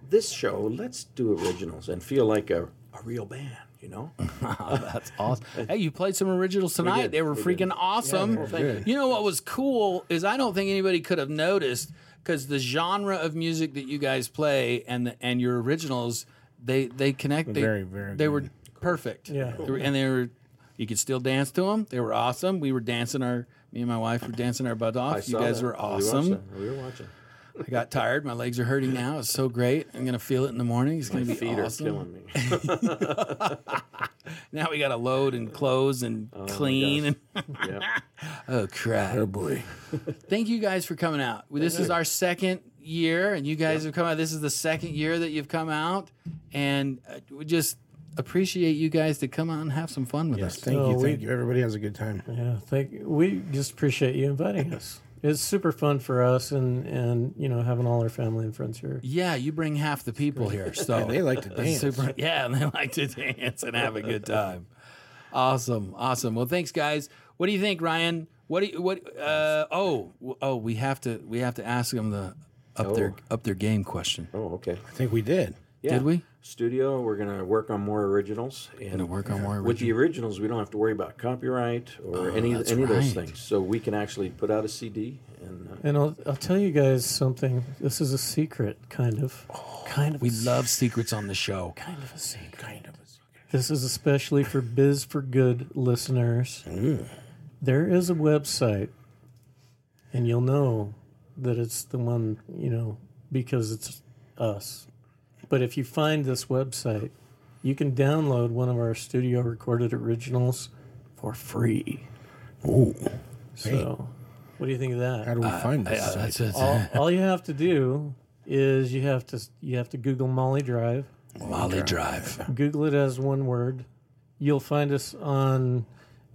Speaker 6: this show let's do originals and feel like a a real band, you know.
Speaker 1: Oh, That's awesome. Hey, you played some originals tonight.
Speaker 6: did.
Speaker 1: They were
Speaker 6: We
Speaker 1: freaking
Speaker 6: did.
Speaker 1: awesome.
Speaker 3: good.
Speaker 1: you know what was cool is I don't think anybody could have noticed because the genre of music that you guys play and the, and your originals they they connect. They,
Speaker 3: Very, very
Speaker 1: They were
Speaker 3: good.
Speaker 1: perfect.
Speaker 8: Yeah.
Speaker 1: They were- and they were. You could still dance to them. They were awesome. We were dancing our. Me and my wife were dancing our butt off.
Speaker 6: I
Speaker 1: you
Speaker 6: saw
Speaker 1: guys
Speaker 6: that.
Speaker 1: were
Speaker 6: We watched
Speaker 1: awesome.
Speaker 6: that. We were watching.
Speaker 1: I got tired. My legs are hurting now. It's so great. I'm gonna feel it in the morning. It's
Speaker 6: My
Speaker 1: gonna be
Speaker 6: feet
Speaker 1: awesome.
Speaker 6: are killing me.
Speaker 1: Now we gotta load and close and clean and.
Speaker 6: yeah.
Speaker 1: Oh crap! Oh boy! Thank you guys for coming out. This is our second year, and you guys have come out. This is the second year that you've come out, and uh, we just appreciate you guys to come out and have some fun with
Speaker 3: yes.
Speaker 1: us.
Speaker 3: Thank
Speaker 8: No,
Speaker 3: you. Thank
Speaker 8: we-
Speaker 3: you. Oh, Everybody has a good time.
Speaker 8: yeah, thank. We just appreciate you inviting us. It's super fun for us, and and you know having all our family and friends here.
Speaker 1: Yeah, you bring half the people here, so
Speaker 3: And they like to dance.
Speaker 1: Super, yeah, and they like to dance and have a good time. Awesome, awesome. Well, thanks, guys. What do you think, Ryan? What do you, what? Uh, oh, w- oh, we have to we have to ask them the up their up their game question.
Speaker 6: Oh, okay.
Speaker 3: I think we did.
Speaker 6: Yeah.
Speaker 1: Did we?
Speaker 6: Studio, we're going to work on more originals. And
Speaker 1: Gonna work on more Oh,
Speaker 6: With the originals, we don't have to worry about copyright or any,
Speaker 1: that's
Speaker 6: any of those
Speaker 1: right.
Speaker 6: things. So we can actually put out a CD and uh,
Speaker 8: And I'll, I'll tell you guys something. This is a secret, kind of. kind of.
Speaker 1: We
Speaker 8: a s-
Speaker 1: love secrets on the show.
Speaker 8: kind of a secret. Kind of a secret. This is especially for Biz for Good listeners. There is a website, and you'll know that it's the one, you know, because it's us. But if you find this website, you can download one of our studio recorded originals for free.
Speaker 3: Ooh,
Speaker 8: So, what do you think of that?
Speaker 3: how do we
Speaker 1: Uh,
Speaker 3: find this?
Speaker 1: Yeah, that's it.
Speaker 8: all, all you have to do is you have to you have to Google Molly Drive.
Speaker 1: Molly Drive.
Speaker 8: Google it as one word. You'll find us on,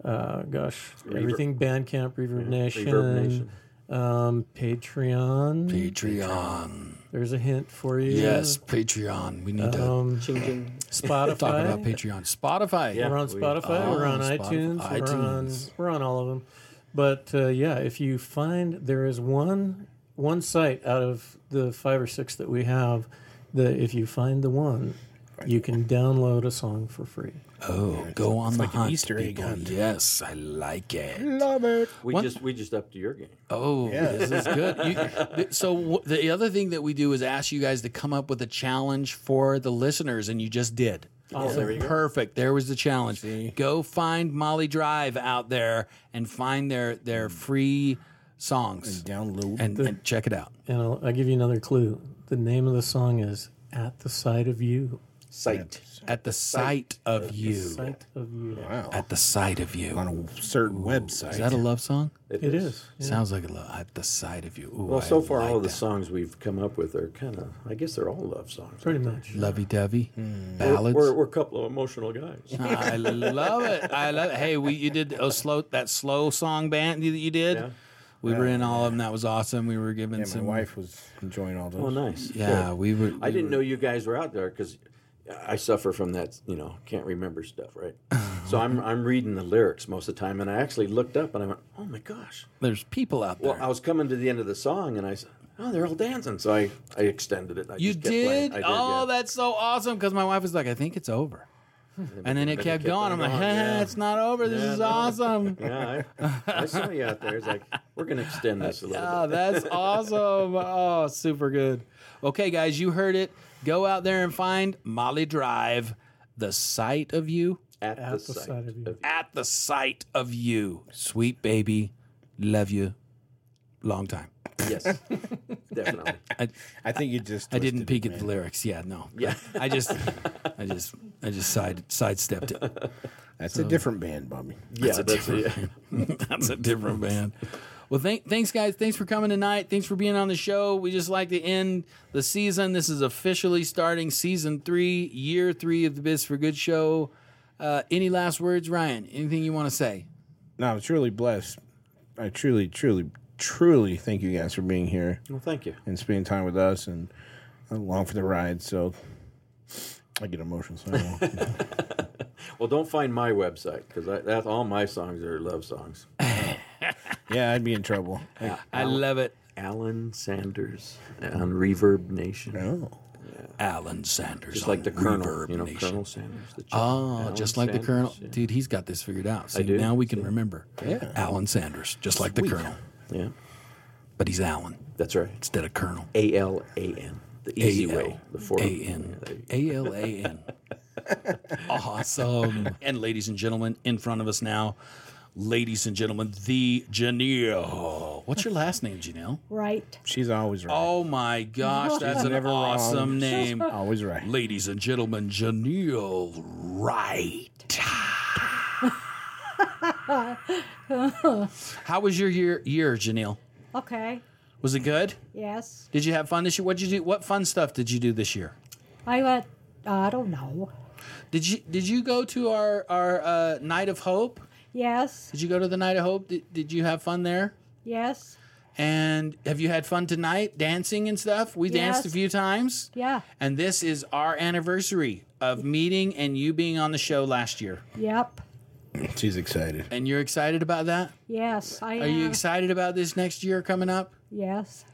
Speaker 8: uh, gosh, everything Bandcamp, Reverb Nation,
Speaker 6: Reverb Nation.
Speaker 8: Um, Patreon.
Speaker 1: Patreon.
Speaker 8: There's a hint for you.
Speaker 1: Yes, Patreon. We need to
Speaker 8: Um, Spotify.
Speaker 1: talk about Patreon. Spotify.
Speaker 6: Yeah.
Speaker 8: We're on
Speaker 6: We-
Speaker 8: Spotify.
Speaker 1: Oh,
Speaker 8: we're on
Speaker 1: Spotify.
Speaker 8: iTunes. We're on.
Speaker 1: iTunes.
Speaker 8: We're on all of them. But uh, yeah, if you find there is one one site out of the five or six that we have, that if you find the one, you can download a song for free.
Speaker 1: Oh, go on the
Speaker 3: like an
Speaker 1: hunt,
Speaker 3: Easter egg
Speaker 1: people.
Speaker 3: hunt.
Speaker 1: Yes, I like it.
Speaker 3: Love it.
Speaker 6: We
Speaker 1: One-
Speaker 6: just we just upped your game.
Speaker 1: Oh, this is good. You, th- so w- the other thing that we do is ask you guys to come up with a challenge for the listeners, and you just did. Awesome. Perfect. Oh, There was the challenge. Go find Molly Drive out there and find their their free songs
Speaker 3: Download.
Speaker 1: Mm. and, and check it out.
Speaker 8: And I'll, I'll give you another clue. The name of the song is "At the Sight of You."
Speaker 6: Sight.
Speaker 1: At the sight of you.
Speaker 8: Sight of You.
Speaker 1: At the sight of you.
Speaker 3: on a certain website.
Speaker 1: Is that a love song?
Speaker 8: It is.
Speaker 1: Sounds like a love. At the sight of you. Ooh,
Speaker 6: Well,
Speaker 1: I
Speaker 6: so far
Speaker 1: like
Speaker 6: all of the
Speaker 1: that.
Speaker 6: songs we've come up with are kind of I guess they're all love songs.
Speaker 8: Pretty much.
Speaker 1: lovey-dovey
Speaker 6: We're,
Speaker 1: ballads.
Speaker 6: we're, we're a couple of emotional guys.
Speaker 1: I love it. I love it. Hey, we you did a slow that slow song band that you did.
Speaker 6: Yeah.
Speaker 1: We were in all of them. That was awesome. We were given
Speaker 3: Yeah, my
Speaker 1: some.
Speaker 3: wife was enjoying all those.
Speaker 6: Oh, nice.
Speaker 1: Yeah,
Speaker 6: Good.
Speaker 1: we were.
Speaker 6: I didn't know you guys were out there because I suffer from that, you know, can't remember stuff, right? so I'm I'm reading the lyrics most of the time, and I actually looked up and I went, oh my gosh.
Speaker 1: There's people out there.
Speaker 6: Well, I was coming to the end of the song, and I said, oh, they're all dancing. So I I extended it. and I
Speaker 1: you
Speaker 6: just kept playing.
Speaker 1: did?
Speaker 6: I did
Speaker 1: oh,
Speaker 6: yeah.
Speaker 1: that's so awesome. Because my wife was like, I think it's over. And then it
Speaker 6: it
Speaker 1: kept,
Speaker 6: kept
Speaker 1: going.
Speaker 6: on
Speaker 1: I'm like,
Speaker 6: going,
Speaker 1: "Ha, ha,
Speaker 6: yeah.
Speaker 1: it's not over. This
Speaker 6: Yeah,
Speaker 1: is
Speaker 6: no.
Speaker 1: awesome.
Speaker 6: Yeah, I, I saw you out there. It's like we're gonna extend this a little
Speaker 1: Oh,
Speaker 6: bit.
Speaker 1: that's awesome. Oh, super good. Okay, guys, you heard it. Go out there and find Molly Drive, the sight of you.
Speaker 6: At, the,
Speaker 8: the
Speaker 6: sight,
Speaker 8: sight of you.
Speaker 6: of
Speaker 1: at the sight of you. Sweet baby, love you. Long time.
Speaker 6: Yes, definitely.
Speaker 3: I think you just.
Speaker 1: I didn't
Speaker 3: twisted
Speaker 1: peek
Speaker 3: it,
Speaker 1: at
Speaker 3: man.
Speaker 1: the lyrics. Yeah, no.
Speaker 6: Yeah.
Speaker 1: I just, I just, I just side sidestepped it.
Speaker 3: That's a different band, Bobby.
Speaker 6: Yeah, that's it.
Speaker 1: That's a different band. Well, thank, thanks, guys. Thanks for coming tonight. Thanks for being on the show. We just like to end the season. This is officially starting season three, year three of the Biz for Good show. Uh, any last words, Ryan? Anything you want to say?
Speaker 3: No, I was really blessed. I truly, truly, truly thank you guys for being here
Speaker 6: Well, thank you.
Speaker 3: and spending time with us and along for the ride. So I get emotional. So I won't.
Speaker 6: Well, don't find my website because that's all my songs are love songs.
Speaker 3: yeah, I'd be in trouble. Like,
Speaker 1: I love it.
Speaker 6: Alan Sanders on Reverb Nation.
Speaker 3: oh,
Speaker 1: Alan Sanders.
Speaker 6: Just like
Speaker 1: on
Speaker 6: the Colonel,
Speaker 1: Reverb
Speaker 6: you know,
Speaker 1: Nation.
Speaker 6: Colonel Sanders. The chief.
Speaker 1: Oh,
Speaker 6: Alan
Speaker 1: just like
Speaker 6: Sanders,
Speaker 1: the Colonel.
Speaker 6: yeah.
Speaker 1: Dude, he's got this figured out. See,
Speaker 6: do.
Speaker 1: now we can remember. Alan Sanders, just like the Colonel.
Speaker 6: Yeah,
Speaker 1: But he's Alan
Speaker 6: that's right.
Speaker 1: instead of Colonel.
Speaker 6: A L A N, the easy way, the four
Speaker 1: A N. A L A N. Awesome. And ladies and gentlemen, in front of us now, ladies and gentlemen, the Janelle. What's your last name, Janelle?
Speaker 4: Right.
Speaker 3: she's always right.
Speaker 1: Oh my gosh, that's an
Speaker 3: never wrong.
Speaker 1: awesome name.
Speaker 3: Always right.
Speaker 1: Ladies and gentlemen, Janelle Wright. How was your year, year, Janelle?
Speaker 4: Okay.
Speaker 1: Was it good?
Speaker 4: Yes.
Speaker 1: Did you have fun this year? What did you do? What fun stuff did you do this year?
Speaker 4: I let. I don't know.
Speaker 1: Did you Did you go to our our uh, night of hope?
Speaker 4: Yes.
Speaker 1: Did you go to the night of hope? Did, did you have fun there?
Speaker 4: Yes.
Speaker 1: And have you had fun tonight dancing and stuff? We danced a
Speaker 4: Yes.
Speaker 1: few times.
Speaker 4: Yeah.
Speaker 1: And this is our anniversary of meeting and you being on the show last year.
Speaker 4: Yep.
Speaker 3: She's excited.
Speaker 1: And you're excited about that?
Speaker 4: Yes. I
Speaker 1: Are
Speaker 4: am.
Speaker 1: you excited about this next year coming up?
Speaker 4: Yes.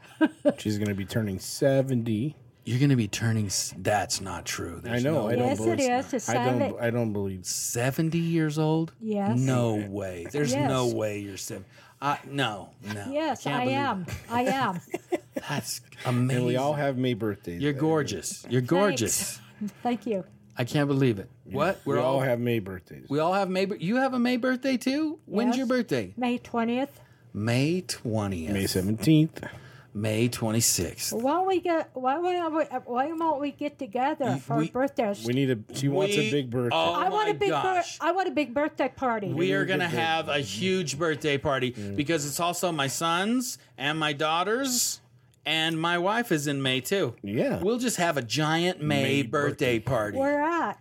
Speaker 3: She's going to be turning 70.
Speaker 1: You're going to be turning. s- That's not true. There's
Speaker 3: I
Speaker 1: no
Speaker 3: know. I don't
Speaker 4: Yes, it
Speaker 3: believe
Speaker 4: is. It's
Speaker 3: I don't.
Speaker 4: Saturday.
Speaker 3: I don't believe.
Speaker 1: 70 years old?
Speaker 4: Yes.
Speaker 1: No way. There's
Speaker 4: Yes.
Speaker 1: no way you're 70. Uh, no, no.
Speaker 9: Yes,
Speaker 1: can't
Speaker 9: I
Speaker 1: believe
Speaker 9: am. I am.
Speaker 1: it. That's amazing.
Speaker 3: And we all have May birthdays.
Speaker 1: You're
Speaker 3: there.
Speaker 1: gorgeous. You're gorgeous.
Speaker 9: Thank you.
Speaker 1: I can't believe it. What?
Speaker 3: We all have May birthdays.
Speaker 1: We all have May. bir- You have a May birthday too. When's
Speaker 9: Yes.
Speaker 1: your birthday?
Speaker 9: May 20th.
Speaker 1: May twentieth.
Speaker 3: May 17th.
Speaker 1: May twenty sixth.
Speaker 9: Why don't we get? Why won't we, why won't we get together for
Speaker 1: we-
Speaker 9: birthdays?
Speaker 3: We need a, she wants
Speaker 1: We
Speaker 3: a big birthday.
Speaker 1: all-
Speaker 9: I
Speaker 1: Oh
Speaker 9: want a
Speaker 1: my
Speaker 9: big.
Speaker 1: gosh.
Speaker 9: I want a big birthday party.
Speaker 1: We are going to have a huge birthday party because it's also my son's and my daughter's, and my wife is in May too.
Speaker 3: Yeah.
Speaker 1: We'll just have a giant May, birthday, party.
Speaker 9: We're at.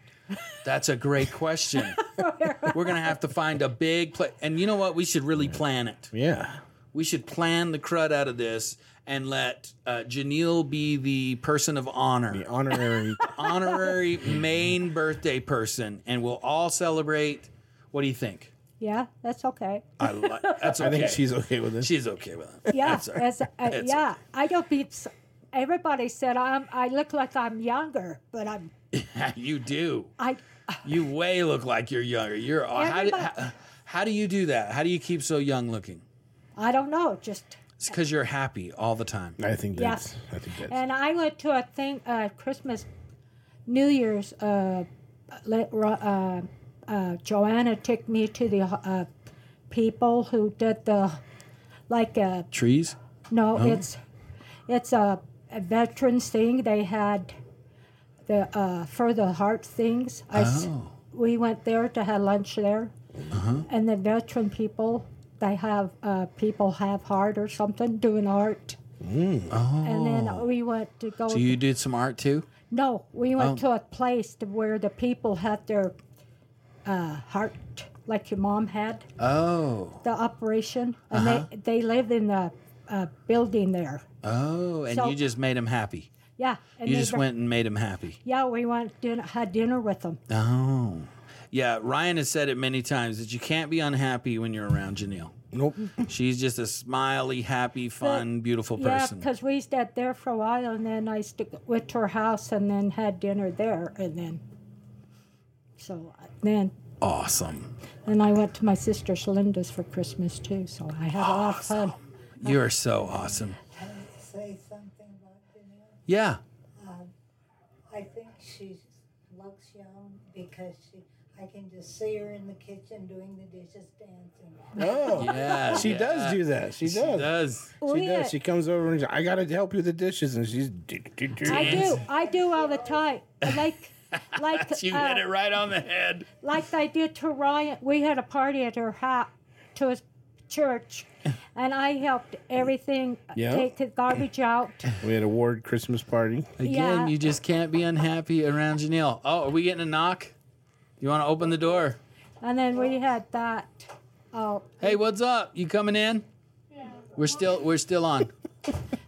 Speaker 1: That's a great question. We're going to have to find a big place. And you know what? We should really plan it.
Speaker 3: yeah.
Speaker 1: We should plan the crud out of this and let uh, Janelle be the person of honor.
Speaker 3: The honorary.
Speaker 1: honorary main birthday person, and we'll all celebrate. What do you think?
Speaker 9: Yeah, that's okay.
Speaker 1: I li- that's okay.
Speaker 3: I think she's okay with this.
Speaker 1: she's okay with that.
Speaker 9: Yeah,
Speaker 1: That's all right.
Speaker 9: that's- uh,
Speaker 1: That's
Speaker 9: yeah. I don't be. Everybody said I'm. I look like I'm younger, but I'm.
Speaker 1: you do.
Speaker 9: I.
Speaker 1: You way look like you're younger. You're how do,
Speaker 9: Everybody-
Speaker 1: how, how do you do that? How do you keep so young looking?
Speaker 9: I don't know. Just
Speaker 1: It's because you're happy all the time.
Speaker 3: I think
Speaker 9: Yeah.
Speaker 3: that's. I think that's.
Speaker 9: And I went to a thing, uh, Christmas, New Year's. Uh, let, Ro- uh, uh, Joanna took me to the uh, people who did the, like uh
Speaker 1: Trees.
Speaker 9: no, it's it's a, a veterans thing. They had the uh, for the heart things. I s-
Speaker 1: Oh.
Speaker 9: we went there to have lunch there, and the veteran people. They have uh, people have heart or something doing art, and then we went to go.
Speaker 1: So you did some art too.
Speaker 9: No, we went to a place to where the people had their uh, heart, like your mom had
Speaker 1: Oh,
Speaker 9: the operation, and they they lived in the uh, building there.
Speaker 1: oh, and
Speaker 9: So-
Speaker 1: you just made him happy.
Speaker 9: Yeah, and
Speaker 1: You
Speaker 9: they
Speaker 1: just
Speaker 9: br-
Speaker 1: went and made him happy.
Speaker 9: Yeah, we went din- had dinner with them.
Speaker 1: Oh, yeah. Ryan has said it many times that you can't be unhappy when you're around Janelle.
Speaker 3: nope.
Speaker 1: She's just a smiley, happy, fun, beautiful
Speaker 9: Yeah,
Speaker 1: person.
Speaker 9: because we stayed there for a while, and then I st- went to her house, and then had dinner there, and then so uh, then
Speaker 1: awesome.
Speaker 9: and I went to my sister Linda's for Christmas too. So I had a lot of fun.
Speaker 1: You're so awesome.
Speaker 7: Say something about Janelle.
Speaker 1: Yeah.
Speaker 7: I think she looks young because she. I can just see her in the kitchen doing the dishes, dancing.
Speaker 3: Oh.
Speaker 1: Yeah.
Speaker 3: She
Speaker 1: yeah.
Speaker 3: does do that. She does. She does.
Speaker 1: Does.
Speaker 9: We had-
Speaker 3: She comes over and she's, I gotta help you with the dishes, and she's.
Speaker 9: I do. I do all the time. Like, like,
Speaker 1: You
Speaker 9: uh,
Speaker 1: hit it right on the head.
Speaker 9: like they did to Ryan. We had a party at her house, to his church, and I helped everything.
Speaker 3: Yeah.
Speaker 9: Take the garbage out.
Speaker 3: We had a ward Christmas party.
Speaker 1: Again,
Speaker 9: Yeah.
Speaker 1: you just can't be unhappy around Janelle. Oh, are we getting a knock? You want to open the door?
Speaker 9: And then we had that. Oh,
Speaker 1: Hey, what's up? You coming in? We're still we're still on.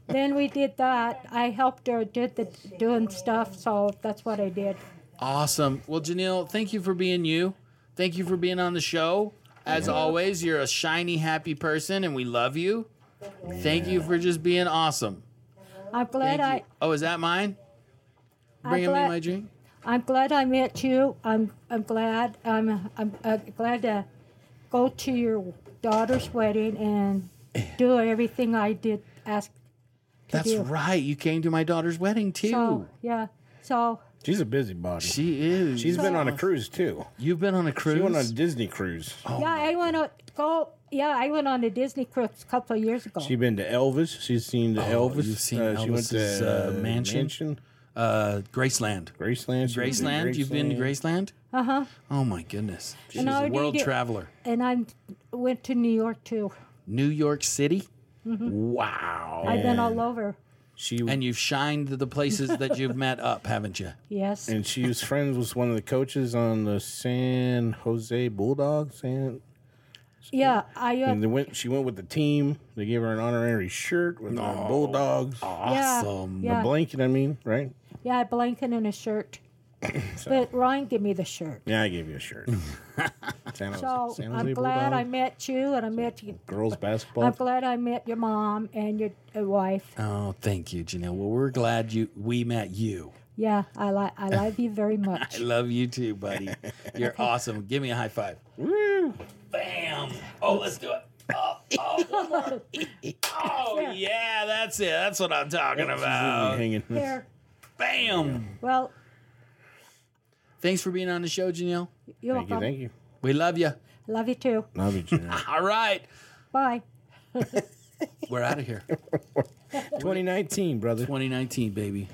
Speaker 9: then we did that. I helped her did the doing stuff, so that's what I did.
Speaker 1: Awesome. Well, Janelle, thank you for being you. Thank you for being on the show. As always, you're a shiny, happy person, and we love you. Thank you for just being awesome.
Speaker 9: I'm glad
Speaker 1: Thank
Speaker 9: I.
Speaker 1: you. Oh, is that mine?
Speaker 9: I'm
Speaker 1: Bringing me
Speaker 9: glad,
Speaker 1: my drink.
Speaker 9: I'm glad I met you. I'm I'm glad I'm I'm uh, glad to go to your daughter's wedding and do everything I did ask to
Speaker 1: That's
Speaker 9: do.
Speaker 1: right. You came to my daughter's wedding too.
Speaker 9: So yeah, so
Speaker 3: She's a busybody. She,
Speaker 1: she is.
Speaker 3: has been on
Speaker 9: Oh.
Speaker 3: a cruise too.
Speaker 1: You've been on a cruise. Oh.
Speaker 3: She went on a Disney cruise.
Speaker 9: yeah, I went on go. Yeah, I went on a Disney cruise a couple of years ago.
Speaker 3: She's been to Elvis. She's seen the
Speaker 1: Oh,
Speaker 3: Elvis.
Speaker 1: you've seen
Speaker 3: she went
Speaker 1: Elvis's,
Speaker 3: to
Speaker 1: uh, mansion? uh, Graceland.
Speaker 3: Graceland. She went to
Speaker 1: Graceland. You've been to
Speaker 3: Graceland.
Speaker 1: Graceland. Uh huh. Oh my goodness. She's
Speaker 9: Uh-huh. I
Speaker 1: a
Speaker 9: already
Speaker 1: world
Speaker 9: did-
Speaker 1: traveler.
Speaker 9: and I went to New York too.
Speaker 1: New York City.
Speaker 9: Mm-hmm.
Speaker 1: Wow.
Speaker 9: I've been all over.
Speaker 3: She
Speaker 1: and you've shined the places that you've met up, haven't you?
Speaker 9: Yes,
Speaker 3: and she was friends with one of the coaches on the San Jose Bulldogs. San,
Speaker 9: yeah, I uh,
Speaker 3: and they went. She went with the team. They gave her an honorary shirt with the Bulldogs.
Speaker 9: yeah,
Speaker 1: Awesome.
Speaker 9: yeah,
Speaker 3: Blanket, I mean, right?
Speaker 9: yeah, a blanket and a shirt. But Ryan gave me the shirt.
Speaker 3: Yeah, I gave you a shirt. San Jose,
Speaker 9: So
Speaker 3: San Jose oh.
Speaker 9: I'm glad I
Speaker 3: Bulldogs,
Speaker 9: met you, and I met you.
Speaker 3: girls basketball.
Speaker 9: I'm glad I met your mom and your uh, wife.
Speaker 1: Oh, thank you, Janelle. Well, we're glad you we met you.
Speaker 9: Yeah, I like I love you very
Speaker 1: I
Speaker 9: much.
Speaker 1: love you too, buddy. You're awesome. Give me a high five. Woo! Bam! Oh, let's do it. Oh yeah, that's it. That's what I'm talking about.
Speaker 3: Hanging.
Speaker 9: Here.
Speaker 1: Bam.
Speaker 9: Well,
Speaker 1: Thanks for being on the show, Janelle.
Speaker 9: you're welcome.
Speaker 3: you.
Speaker 1: We love you.
Speaker 9: Love you too.
Speaker 3: Love you, Janelle.
Speaker 1: All right,
Speaker 9: Bye.
Speaker 1: we're out of here.
Speaker 3: 2019, brother.
Speaker 1: 2019, baby.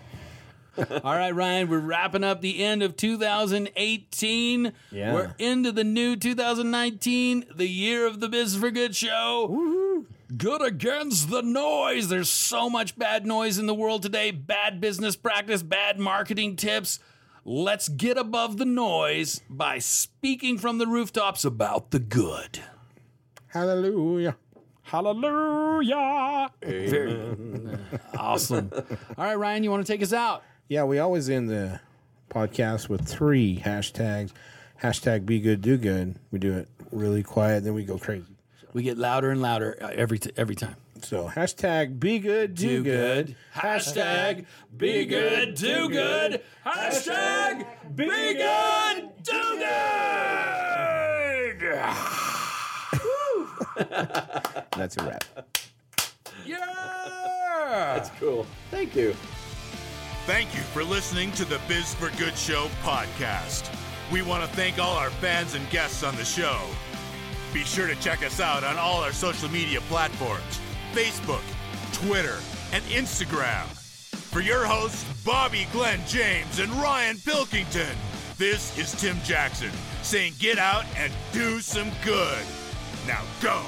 Speaker 1: All right, Ryan, we're wrapping up the end of 2018.
Speaker 3: Yeah.
Speaker 1: We're into the new 2019, the year of the Biz for Good show. Good against the noise. There's so much bad noise in the world today. Bad business practice, bad marketing tips. Let's get above the noise by speaking from the rooftops about the good.
Speaker 3: Hallelujah.
Speaker 1: Hallelujah. awesome. All right, Ryan, you want to take us out?
Speaker 3: Yeah, we always end the podcast with three hashtags. Hashtag be good, do good. We do it really quiet, then we go crazy.
Speaker 1: We get louder and louder uh, every t- every time.
Speaker 3: So hashtag be good, do, good.
Speaker 1: Hashtag be good, do good. Hashtag be good, do good.
Speaker 3: That's a wrap.
Speaker 1: Yeah.
Speaker 6: Cool. Thank you.
Speaker 10: Thank you for listening to the Biz for Good Show podcast. We want to thank all our fans and guests on the show. Be sure to check us out on all our social media platforms Facebook, Twitter, and Instagram. For your hosts, Bobby Glenn James and Ryan Pilkington, this is Tim Jackson saying get out and do some good. Now go.